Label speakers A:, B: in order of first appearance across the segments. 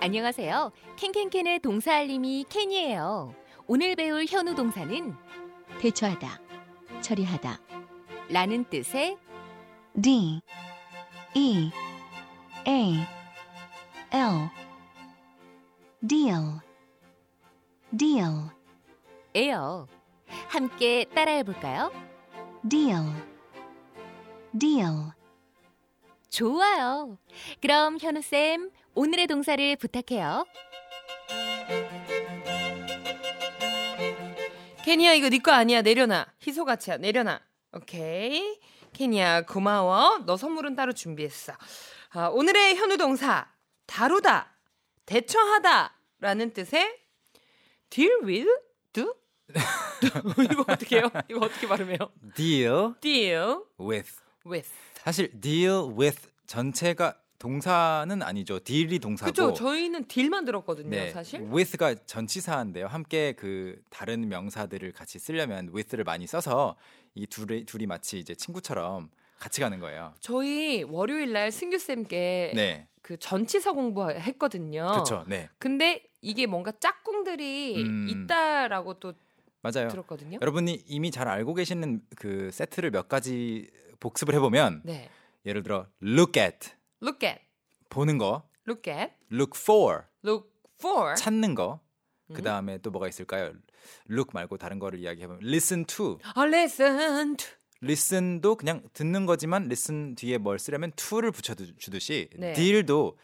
A: 안녕하세요. 캔캔캔의 동사 알림이 캔이에요. 오늘 배울 현우 동사는
B: 대처하다, 처리하다.
A: 라는 뜻의
B: D E A L deal deal
A: 에요. 함께 따라해 볼까요?
B: deal deal
A: 좋아요. 그럼 현우쌤, 오늘의 동사를 부탁해요.
C: 케니야 이거 네 거 아니야 내려놔 희소 가치야 내려놔 오케이 케니야 고마워 너 선물은 따로 준비했어 아, 오늘의 현우 동사 다루다 대처하다라는 뜻의 deal with do 이거 어떻게 해요 이거 어떻게 발음해요
D: deal
C: deal
D: with
C: with
D: 사실 deal with 전체가 동사는 아니죠. deal이 동사고
C: 그죠 저희는 딜만 들었거든요
D: 네,
C: 사실
D: with가 전치사인데요. 함께 그 다른 명사들을 같이 쓰려면 with를 많이 써서 이 둘이 둘이 마치 이제 친구처럼 같이 가는 거예요.
C: 저희 월요일 날 승규 쌤께
D: 네,
C: 그 전치사 공부했거든요
D: 그렇죠. 네,
C: 근데 이게 뭔가 짝꿍들이
D: 음.
C: 있다라고 또
D: 맞아요.
C: 들었거든요.
D: 여러분이 이미 잘 알고 계시는 그 세트를 몇 가지 복습을 해보면
C: 네.
D: 예를 들어 look at
C: Look at,
D: 보는 거,
C: look at,
D: look for
C: look for.
D: 찾는 거.
C: 음.
D: 그 다음에 또 뭐가 있을까요? look 말고 다른 거를 이야기해보면 listen to
C: 아, listen to.
D: listen도 그냥 듣는 거지만 listen 뒤에 뭘 쓰려면 to를 붙여주듯이
C: 네.
D: deal도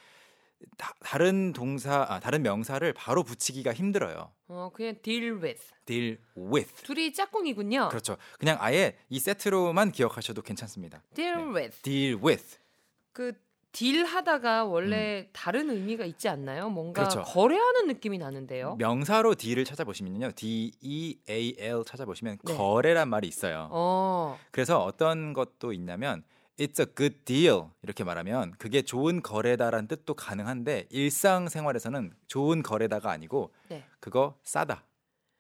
D: 다, 른 동사 아, 다른 명사를 바로 붙이기가 힘들어요.
C: 어, 그냥 deal with.
D: deal with
C: 둘이 짝꿍이군요.
D: 그렇죠. 그냥 아예 이 세트로만 기억하셔도 괜찮습니다.
C: deal
D: 네.
C: with.
D: deal with
C: 그 딜 하다가 원래 다른 의미가 있지 않나요? 뭔가
D: 음. 그렇죠. 네.
C: 거래하는 느낌이 나는데요.
D: 명사로 deal을 찾아보시면요, d e a l 찾아보시면
C: 네.
D: 거래란 말이 있어요.
C: 어.
D: 그래서 어떤 것도 있냐면 It's a good deal 이렇게 말하면 그게 좋은 거래다라는 뜻도 가능한데 일상생활에서는 좋은 거래다가 아니고
C: 네.
D: 그거 싸다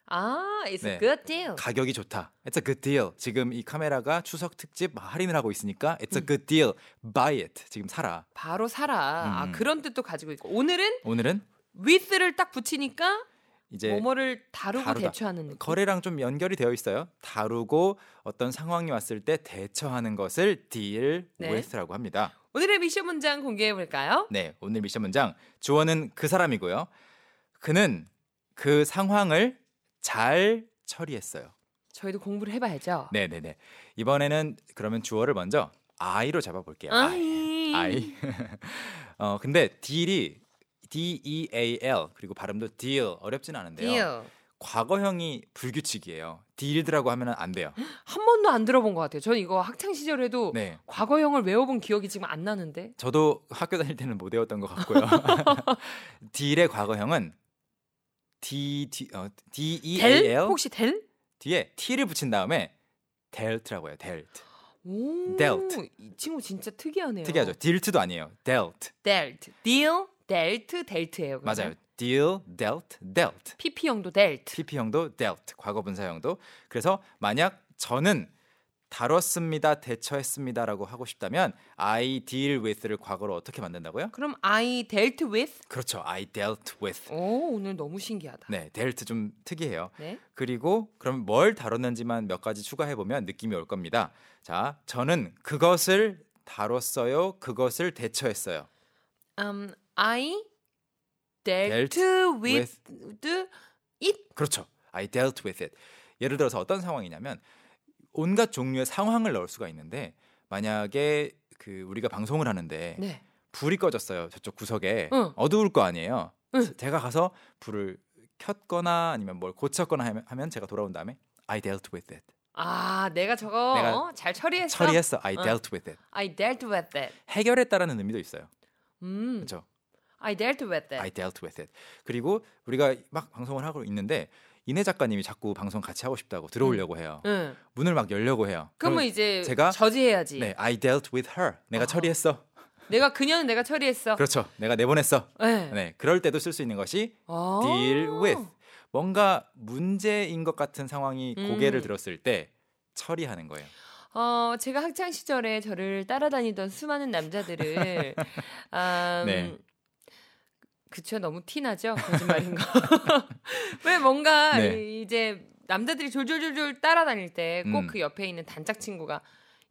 C: 아, it's a
D: 네.
C: good deal.
D: 가격이 좋다 It's a good deal 지금 이 카메라가 추석 특집 할인을 하고 있으니까 It's
C: 음.
D: a good deal buy it 지금 사라
C: 바로 사라. 아,
D: 음.
C: 그런 뜻도 가지고 있고. 오늘은
D: 오늘은
C: with를 딱 붙이니까
D: 이제
C: 뭐뭐를 다루고
D: 다루다.
C: 대처하는 느낌.
D: 거래랑 좀 연결이 되어 있어요 다루고 어떤 상황이 왔을 때 대처하는 것을 deal
C: 네.
D: with라고 합니다
C: 오늘의 미션 문장 공개해 볼까요?
D: 네, 오늘 미션 문장 주어는 그 사람이고요. 그는 그 상황을 잘 처리했어요.
C: 저희도 공부를 해봐야죠.
D: 네, 네, 네. 이번에는 그러면 주어를 먼저 I로 네. 잡아볼게요. I.
C: 아이.
D: I. 어, 근데 deal이 D E A L 그리고 발음도 deal 어렵진 않은데요.
C: deal.
D: 과거형이 불규칙이에요. dealed라고 하면 안 돼요.
C: 한 번도 안 들어본 것 같아요. 전 이거 학창 시절에도
D: 네.
C: 과거형을 외워본 기억이 지금 안 나는데.
D: 저도 학교 다닐 때는 못 외웠던 것 같고요. deal의 과거형은 D D 어, D E A
C: 델?
D: L
C: 혹시 델?
D: 뒤에 t를 붙인 다음에 delt라고 해요. delt.
C: 오.
D: dealt.
C: 이 친구 진짜 특이하네요.
D: 특이하죠. dealt도 아니에요. delt.
C: dealt. deal, dealt, delt예요.
D: 맞아요. deal, dealt, dealt.
C: PP형도 delt.
D: PP형도 dealt. 과거 분사형도. 그래서 만약 저는 다뤘습니다. 대처했습니다라고 하고 싶다면 I deal with를 과거로 어떻게 만든다고요?
C: 그럼 I dealt with?
D: 그렇죠. I dealt with.
C: 오, 오늘 너무 신기하다.
D: 네, dealt 좀 특이해요.
C: 네.
D: 그리고 그럼 뭘 다뤘는지만 몇 가지 추가해 보면 느낌이 올 겁니다. 자, 저는 그것을 다뤘어요. 그것을 대처했어요.
C: Um, I dealt,
D: Dealt
C: with, it.
D: 그렇죠. I dealt with it. 예를 들어서 어떤 상황이냐면 온갖 종류의 상황을 넣을 수가 있는데 만약에 그 우리가 방송을 하는데
C: 네.
D: 불이 꺼졌어요. 저쪽 구석에
C: 응.
D: 어두울 거 아니에요.
C: 응.
D: 제가 가서 불을 켰거나 아니면 뭘 고쳤거나 하면- 하면 제가 돌아온 다음에 I dealt with it.
C: 아, 내가 저거
D: 내가
C: 어, 잘 처리했어.
D: 처리했어. I
C: 응.
D: dealt with it.
C: I dealt with it.
D: 해결했다라는 의미도 있어요.
C: 음.
D: 그렇죠.
C: I dealt with it.
D: I dealt with it. 그리고 우리가 막 방송을 하고 있는데 이내 작가님이 자꾸 방송 같이 하고 싶다고 들어오려고 해요.
C: 응.
D: 문을 막 열려고 해요.
C: 그러면
D: 그러면
C: 이제
D: 제가-
C: 저지해야지.
D: 네, I dealt with her. 내가
C: 아하.
D: 처리했어.
C: 내가 그녀는 내가 처리했어.
D: 그렇죠. 내가 내보냈어.
C: 네.
D: 네, 그럴 때도 쓸 수 있는 것이
C: 아.
D: deal with. 뭔가 문제인 것 같은 상황이
C: 음.
D: 고개를 들었을 때 처리하는 거예요.
C: 어, 제가 학창 시절에 저를 따라다니던 수많은 남자들을 음,
D: 네.
C: 그쵸 너무 티나죠 거짓말인 거왜 뭔가
D: 네.
C: 이제 남자들이 졸졸졸졸 따라다닐 때 꼭
D: 음.
C: 그 옆에 있는 단짝 친구가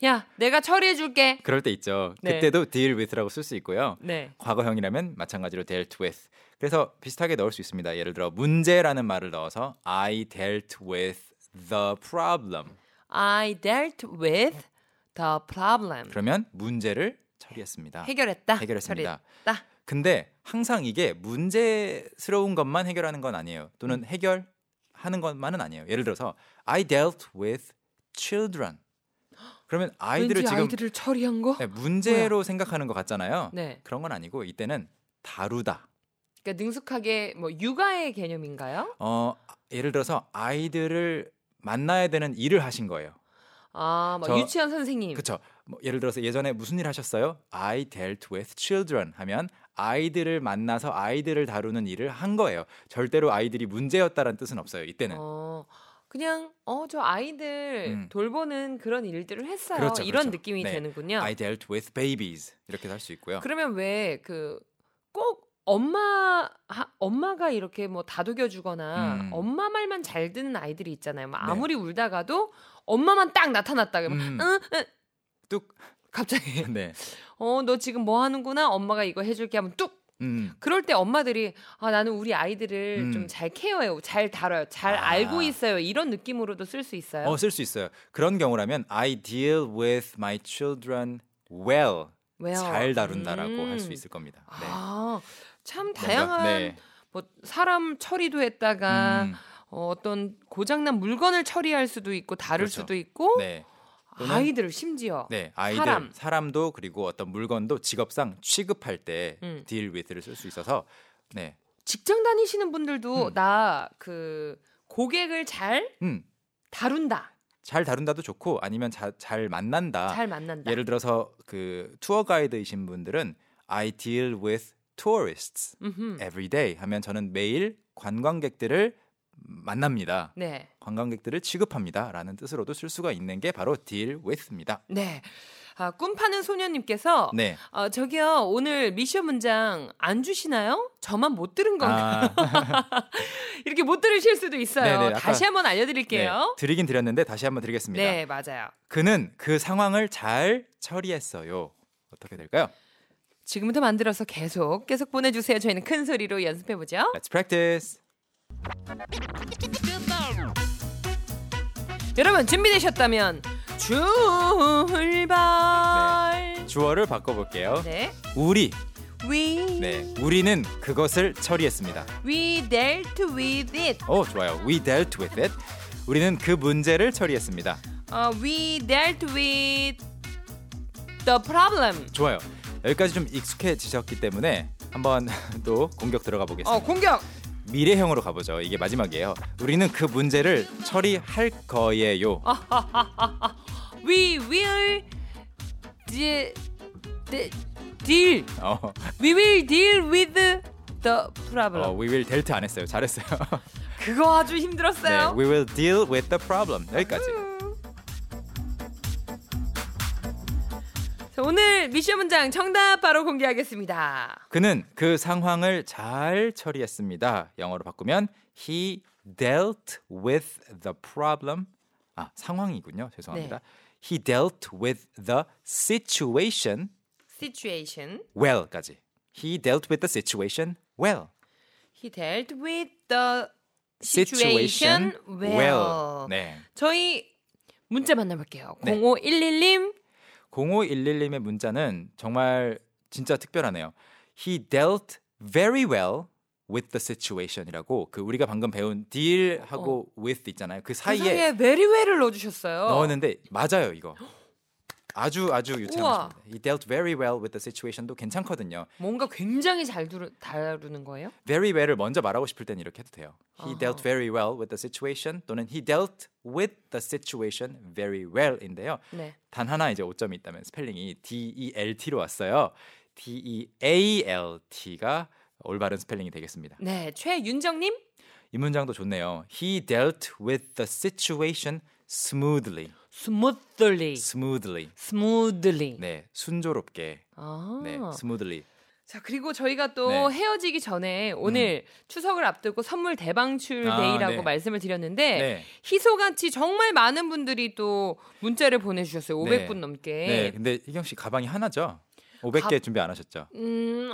C: 야 내가 처리해줄게
D: 그럴 때 있죠.
C: 네.
D: 그때도 deal with라고 쓸 수 있고요.
C: 네
D: 과거형이라면 마찬가지로 dealt with. 그래서 비슷하게 넣을 수 있습니다. 예를 들어 문제라는 말을 넣어서 I dealt with the problem.
C: I dealt with the problem
D: 그러면 문제를 처리했습니다.
C: 해결했다
D: 해결했습니다.
C: 처리했다
D: 근데 항상 이게 문제스러운 것만 해결하는 건 아니에요.
C: 음.
D: 또는 해결하는 것만은 아니에요. 예를 들어서 I dealt with children. 그러면 아이들을
C: 왠지
D: 지금
C: 아이들을 처리한 거
D: 네, 문제로 생각하는 것 같잖아요.
C: 네.
D: 그런 건 아니고 이때는 다루다.
C: 그러니까 능숙하게 뭐 육아의 개념인가요?
D: 어, 예를 들어서 아이들을 만나야 되는 일을 하신 거예요.
C: 아, 뭐
D: 저-
C: 유치원 선생님.
D: 그렇죠. 뭐 예를 들어서 예전에 무슨 일 하셨어요? I dealt with children 하면 아이들을 만나서 아이들을 다루는 일을 한 거예요. 절대로 아이들이 문제였다라는 뜻은 없어요. 이때는.
C: 어, 그냥 어 저 아이들
D: 네. 음.
C: 돌보는 그런 일들을 했어요.
D: 그렇죠,
C: 이런
D: 그렇죠.
C: 느낌이
D: 네.
C: 되는군요.
D: I dealt with babies 이렇게도 할 수 있고요.
C: 그러면 왜 그 꼭 엄마 하- 엄마가 이렇게 뭐 다독여주거나
D: 음. 네.
C: 엄마 말만 잘 듣는 아이들이 있잖아요. 뭐 아무리 울다가도 엄마만 딱 나타났다 그러면
D: 음.
C: 응, 응.
D: 뚝.
C: 갑자기
D: 네.
C: 어 너 지금 뭐 하는구나 엄마가 이거 해줄게 하면 뚝
D: 음.
C: 그럴 때 엄마들이 아 나는 우리 아이들을
D: 음.
C: 좀 잘 케어해요, 잘 다뤄요, 잘
D: 아.
C: 알고 있어요 이런 느낌으로도 쓸 수 있어요.
D: 어, 쓸 수 있어요. 그런 경우라면 I deal with my children well.
C: 왜요?
D: 잘 다룬다라고 할 수
C: 음. 아,
D: 있을 겁니다. 네.
C: 아참
D: 뭔가,
C: 다양한
D: 네.
C: 뭐 사람 처리도 했다가
D: 음,
C: 어, 어떤 고장난 물건을 처리할 수도 있고 다룰
D: 그렇죠.
C: 수도 있고
D: 네. 또는-
C: 아이들을 심지어
D: 네, 아이들
C: 사람.
D: 사람. 도 그리고 어떤 물건도 직업상 취급할 때
C: 음.
D: deal with를 쓸 수 있어서 네.
C: 직장 다니시는 분들도
D: 음.
C: 나 그 고객을 잘
D: 음.
C: 다룬다,
D: 잘 다룬다도 좋고 아니면 자- 잘 만난다.
C: 잘 만난다.
D: 아, 예를 들어서 그 투어 가이드이신 분들은 I deal with tourists
C: 음흠.
D: every day 하면 저는 매일 관광객들을 만납니다.
C: 네.
D: 관광객들을 취급합니다라는 뜻으로도 쓸 수가 있는 게 바로 deal with입니다.
C: 네. 아, 꿈파는 소녀님께서
D: 네.
C: 아, 저기요, 오늘 미션 문장 안 주시나요? 저만 못 들은 건가?
D: 아,
C: 이렇게 못 들으실 수도 있어요.
D: 네네, 아까-
C: 다시 한번
D: 네.
C: 알려드릴게요.
D: 드리긴 드렸는데 다시 한번 드리겠습니다.
C: 네, 맞아요.
D: 그는 그 상황을 잘 처리했어요. 어떻게 될까요?
C: 지금부터 만들어서 계속, 계속 보내주세요. 저희는 큰 소리로 연습해보죠.
D: Let's practice.
C: 여러분, 준비되셨다면, 출발!
D: 주어를 바꿔볼게요.
C: 네.
D: 우리.
C: We,
D: 네, 우리는 그것을 처리했습니다.
C: we dealt with it.
D: 오, 좋아요. We dealt with it. 우리는 그 문제를 처리했습니다.
C: 어, we dealt with the problem.
D: 좋아요. 여기까지 좀 익숙해지셨기 때문에 한번 또 공격 들어가 보겠습니다.
C: 어, 공격!
D: 미래형으로 가보죠. 이게 마지막이에요. 우리는 그 문제를 처리할 거예요.
C: 아. We will de- de- deal.
D: 어,
C: We will deal with the problem.
D: 어, we will dealt 안 했어요. 잘했어요.
C: 그거 아주
D: 네,
C: 힘들었어요.
D: we will deal with the problem. 여기까지.
C: 자, 오늘 미션 문장 정답 바로 공개하겠습니다.
D: 그는 그 상황을 잘 처리했습니다. 영어로 바꾸면 he dealt with the problem. 아, 상황이군요. 죄송합니다. He dealt with the situation
C: Situation.
D: well까지. He dealt with the situation well.
C: He dealt with the situation, well.
D: 네.
C: 저희 문자 만나볼게요.
D: 네.
C: 0511님.
D: 0511님의 문자는 정말 진짜 특별하네요. He dealt very well with the situation이라고 그 우리가 방금 배운 deal하고 with 있잖아요.
C: 그
D: 그 사이에
C: 사이에 very well을 넣어주셨어요.
D: 넣었는데 맞아요 이거. 아주 아주
C: 우와.
D: 유창하십니다. He dealt very well with the situation도 괜찮거든요.
C: 뭔가 굉장히 잘 두루, 다루는 거예요?
D: Very well을 먼저 말하고 싶을 땐 이렇게 해도 돼요. He
C: 아하.
D: dealt very well with the situation 또는 he dealt with the situation very well인데요.
C: 네.
D: 단 하나 이제 오점이 있다면 스펠링이 D E L T로 왔어요. D E A L T가 올바른 스펠링이 되겠습니다.
C: 네, 최윤정님.
D: 이 문장도 좋네요. He dealt with the situation smoothly.
C: Smoothly.
D: smoothly.
C: Smoothly.
D: 네, 순조롭게.
C: 아.
D: 네, smoothly.
C: 자 그리고 저희가 또
D: 네. 음.
C: 헤어지기 전에 오늘 추석을 앞두고 선물 대방출
D: 아,
C: 데이라고
D: 네.
C: 말씀을 드렸는데
D: 네.
C: 희소같이 정말 많은 분들이 또 문자를 보내주셨어요.
D: 네.
C: 500분
D: 네.
C: 넘게.
D: 근데 희경 씨 가방이 하나죠? 500개 준비 안 하셨죠?
C: 음,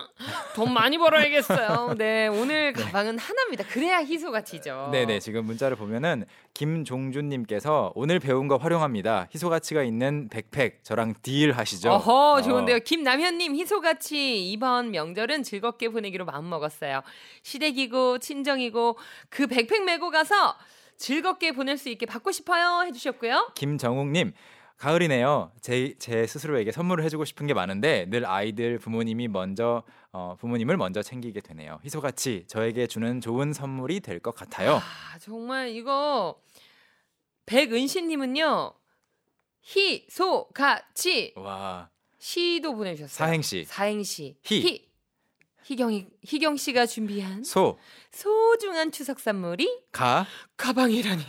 C: 돈 많이 벌어야겠어요. 네, 오늘 가방은 하나입니다. 그래야 희소같이죠.
D: 네네 지금 문자를 보면은 김종준님께서 오늘 배운 거 활용합니다. 희소 가치가 있는 백팩 저랑 딜 하시죠.
C: 어허,
D: 어.
C: 좋은데요. 김남현님, 희소같이 이번 명절은 즐겁게 보내기로 마음먹었어요. 시댁이고, 친정이고, 그 백팩 메고 가서 즐겁게 보낼 수 있게 받고 싶어요. 해주셨고요.
D: 김정욱님 가을이네요. 제, 제 스스로에게 선물을 해주고 싶은 게 많은데 늘 아이들 부모님이 먼저 어, 부모님을 먼저 챙기게 되네요. 희소같이 저에게 주는 좋은 선물이 될 것 같아요.
C: 아, 정말 이거, 백은신님은요, 희소같이,
D: 와
C: 시도 보내주셨어요.
D: 사행시
C: 사행시.
D: 희.
C: 희경이, 희경 씨가 준비한 소중한 추석 선물이
D: 소가치
C: 가방이라니.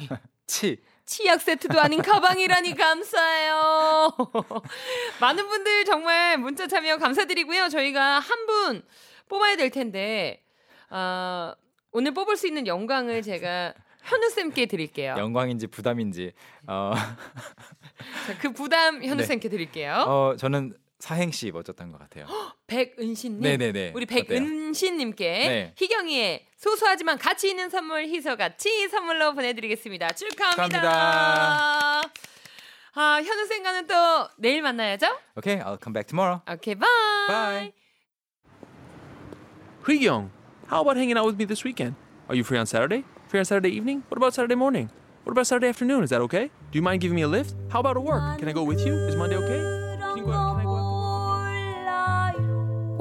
C: 치약 세트도 아닌 가방이라니 감사해요. 많은 분들 정말 문자 참여 감사드리고요. 저희가 한 분 뽑아야 될 텐데 아, 오늘 뽑을 수 있는 영광을 제가 현우 쌤께 드릴게요.
D: 영광인지 부담인지 어,
C: 자, 그 부담 현우
D: 네.
C: 쌤께 드릴게요.
D: 어 저는 사행시 멋졌던 것 같아요.
C: 백은신님,
D: 네네네.
C: 우리
D: 어때요?
C: 백은신님께
D: 네.
C: 희경이의 소소하지만 가치 있는 선물 희서같이 선물로 보내드리겠습니다. 축하합니다.
D: 축하합니다.
C: 아 현우 쌤과는 또 내일 만나야죠.
D: Okay, I'll come back tomorrow.
C: Okay, bye.
D: Bye.
E: Young, how about hanging out with me this weekend? Are you free on Saturday? Free on Saturday evening? What about Saturday morning? What about Saturday afternoon? Is that okay? Do you mind giving me a lift? How about at work? Can I go with you? Is Monday okay? Can you go out? Can I go out?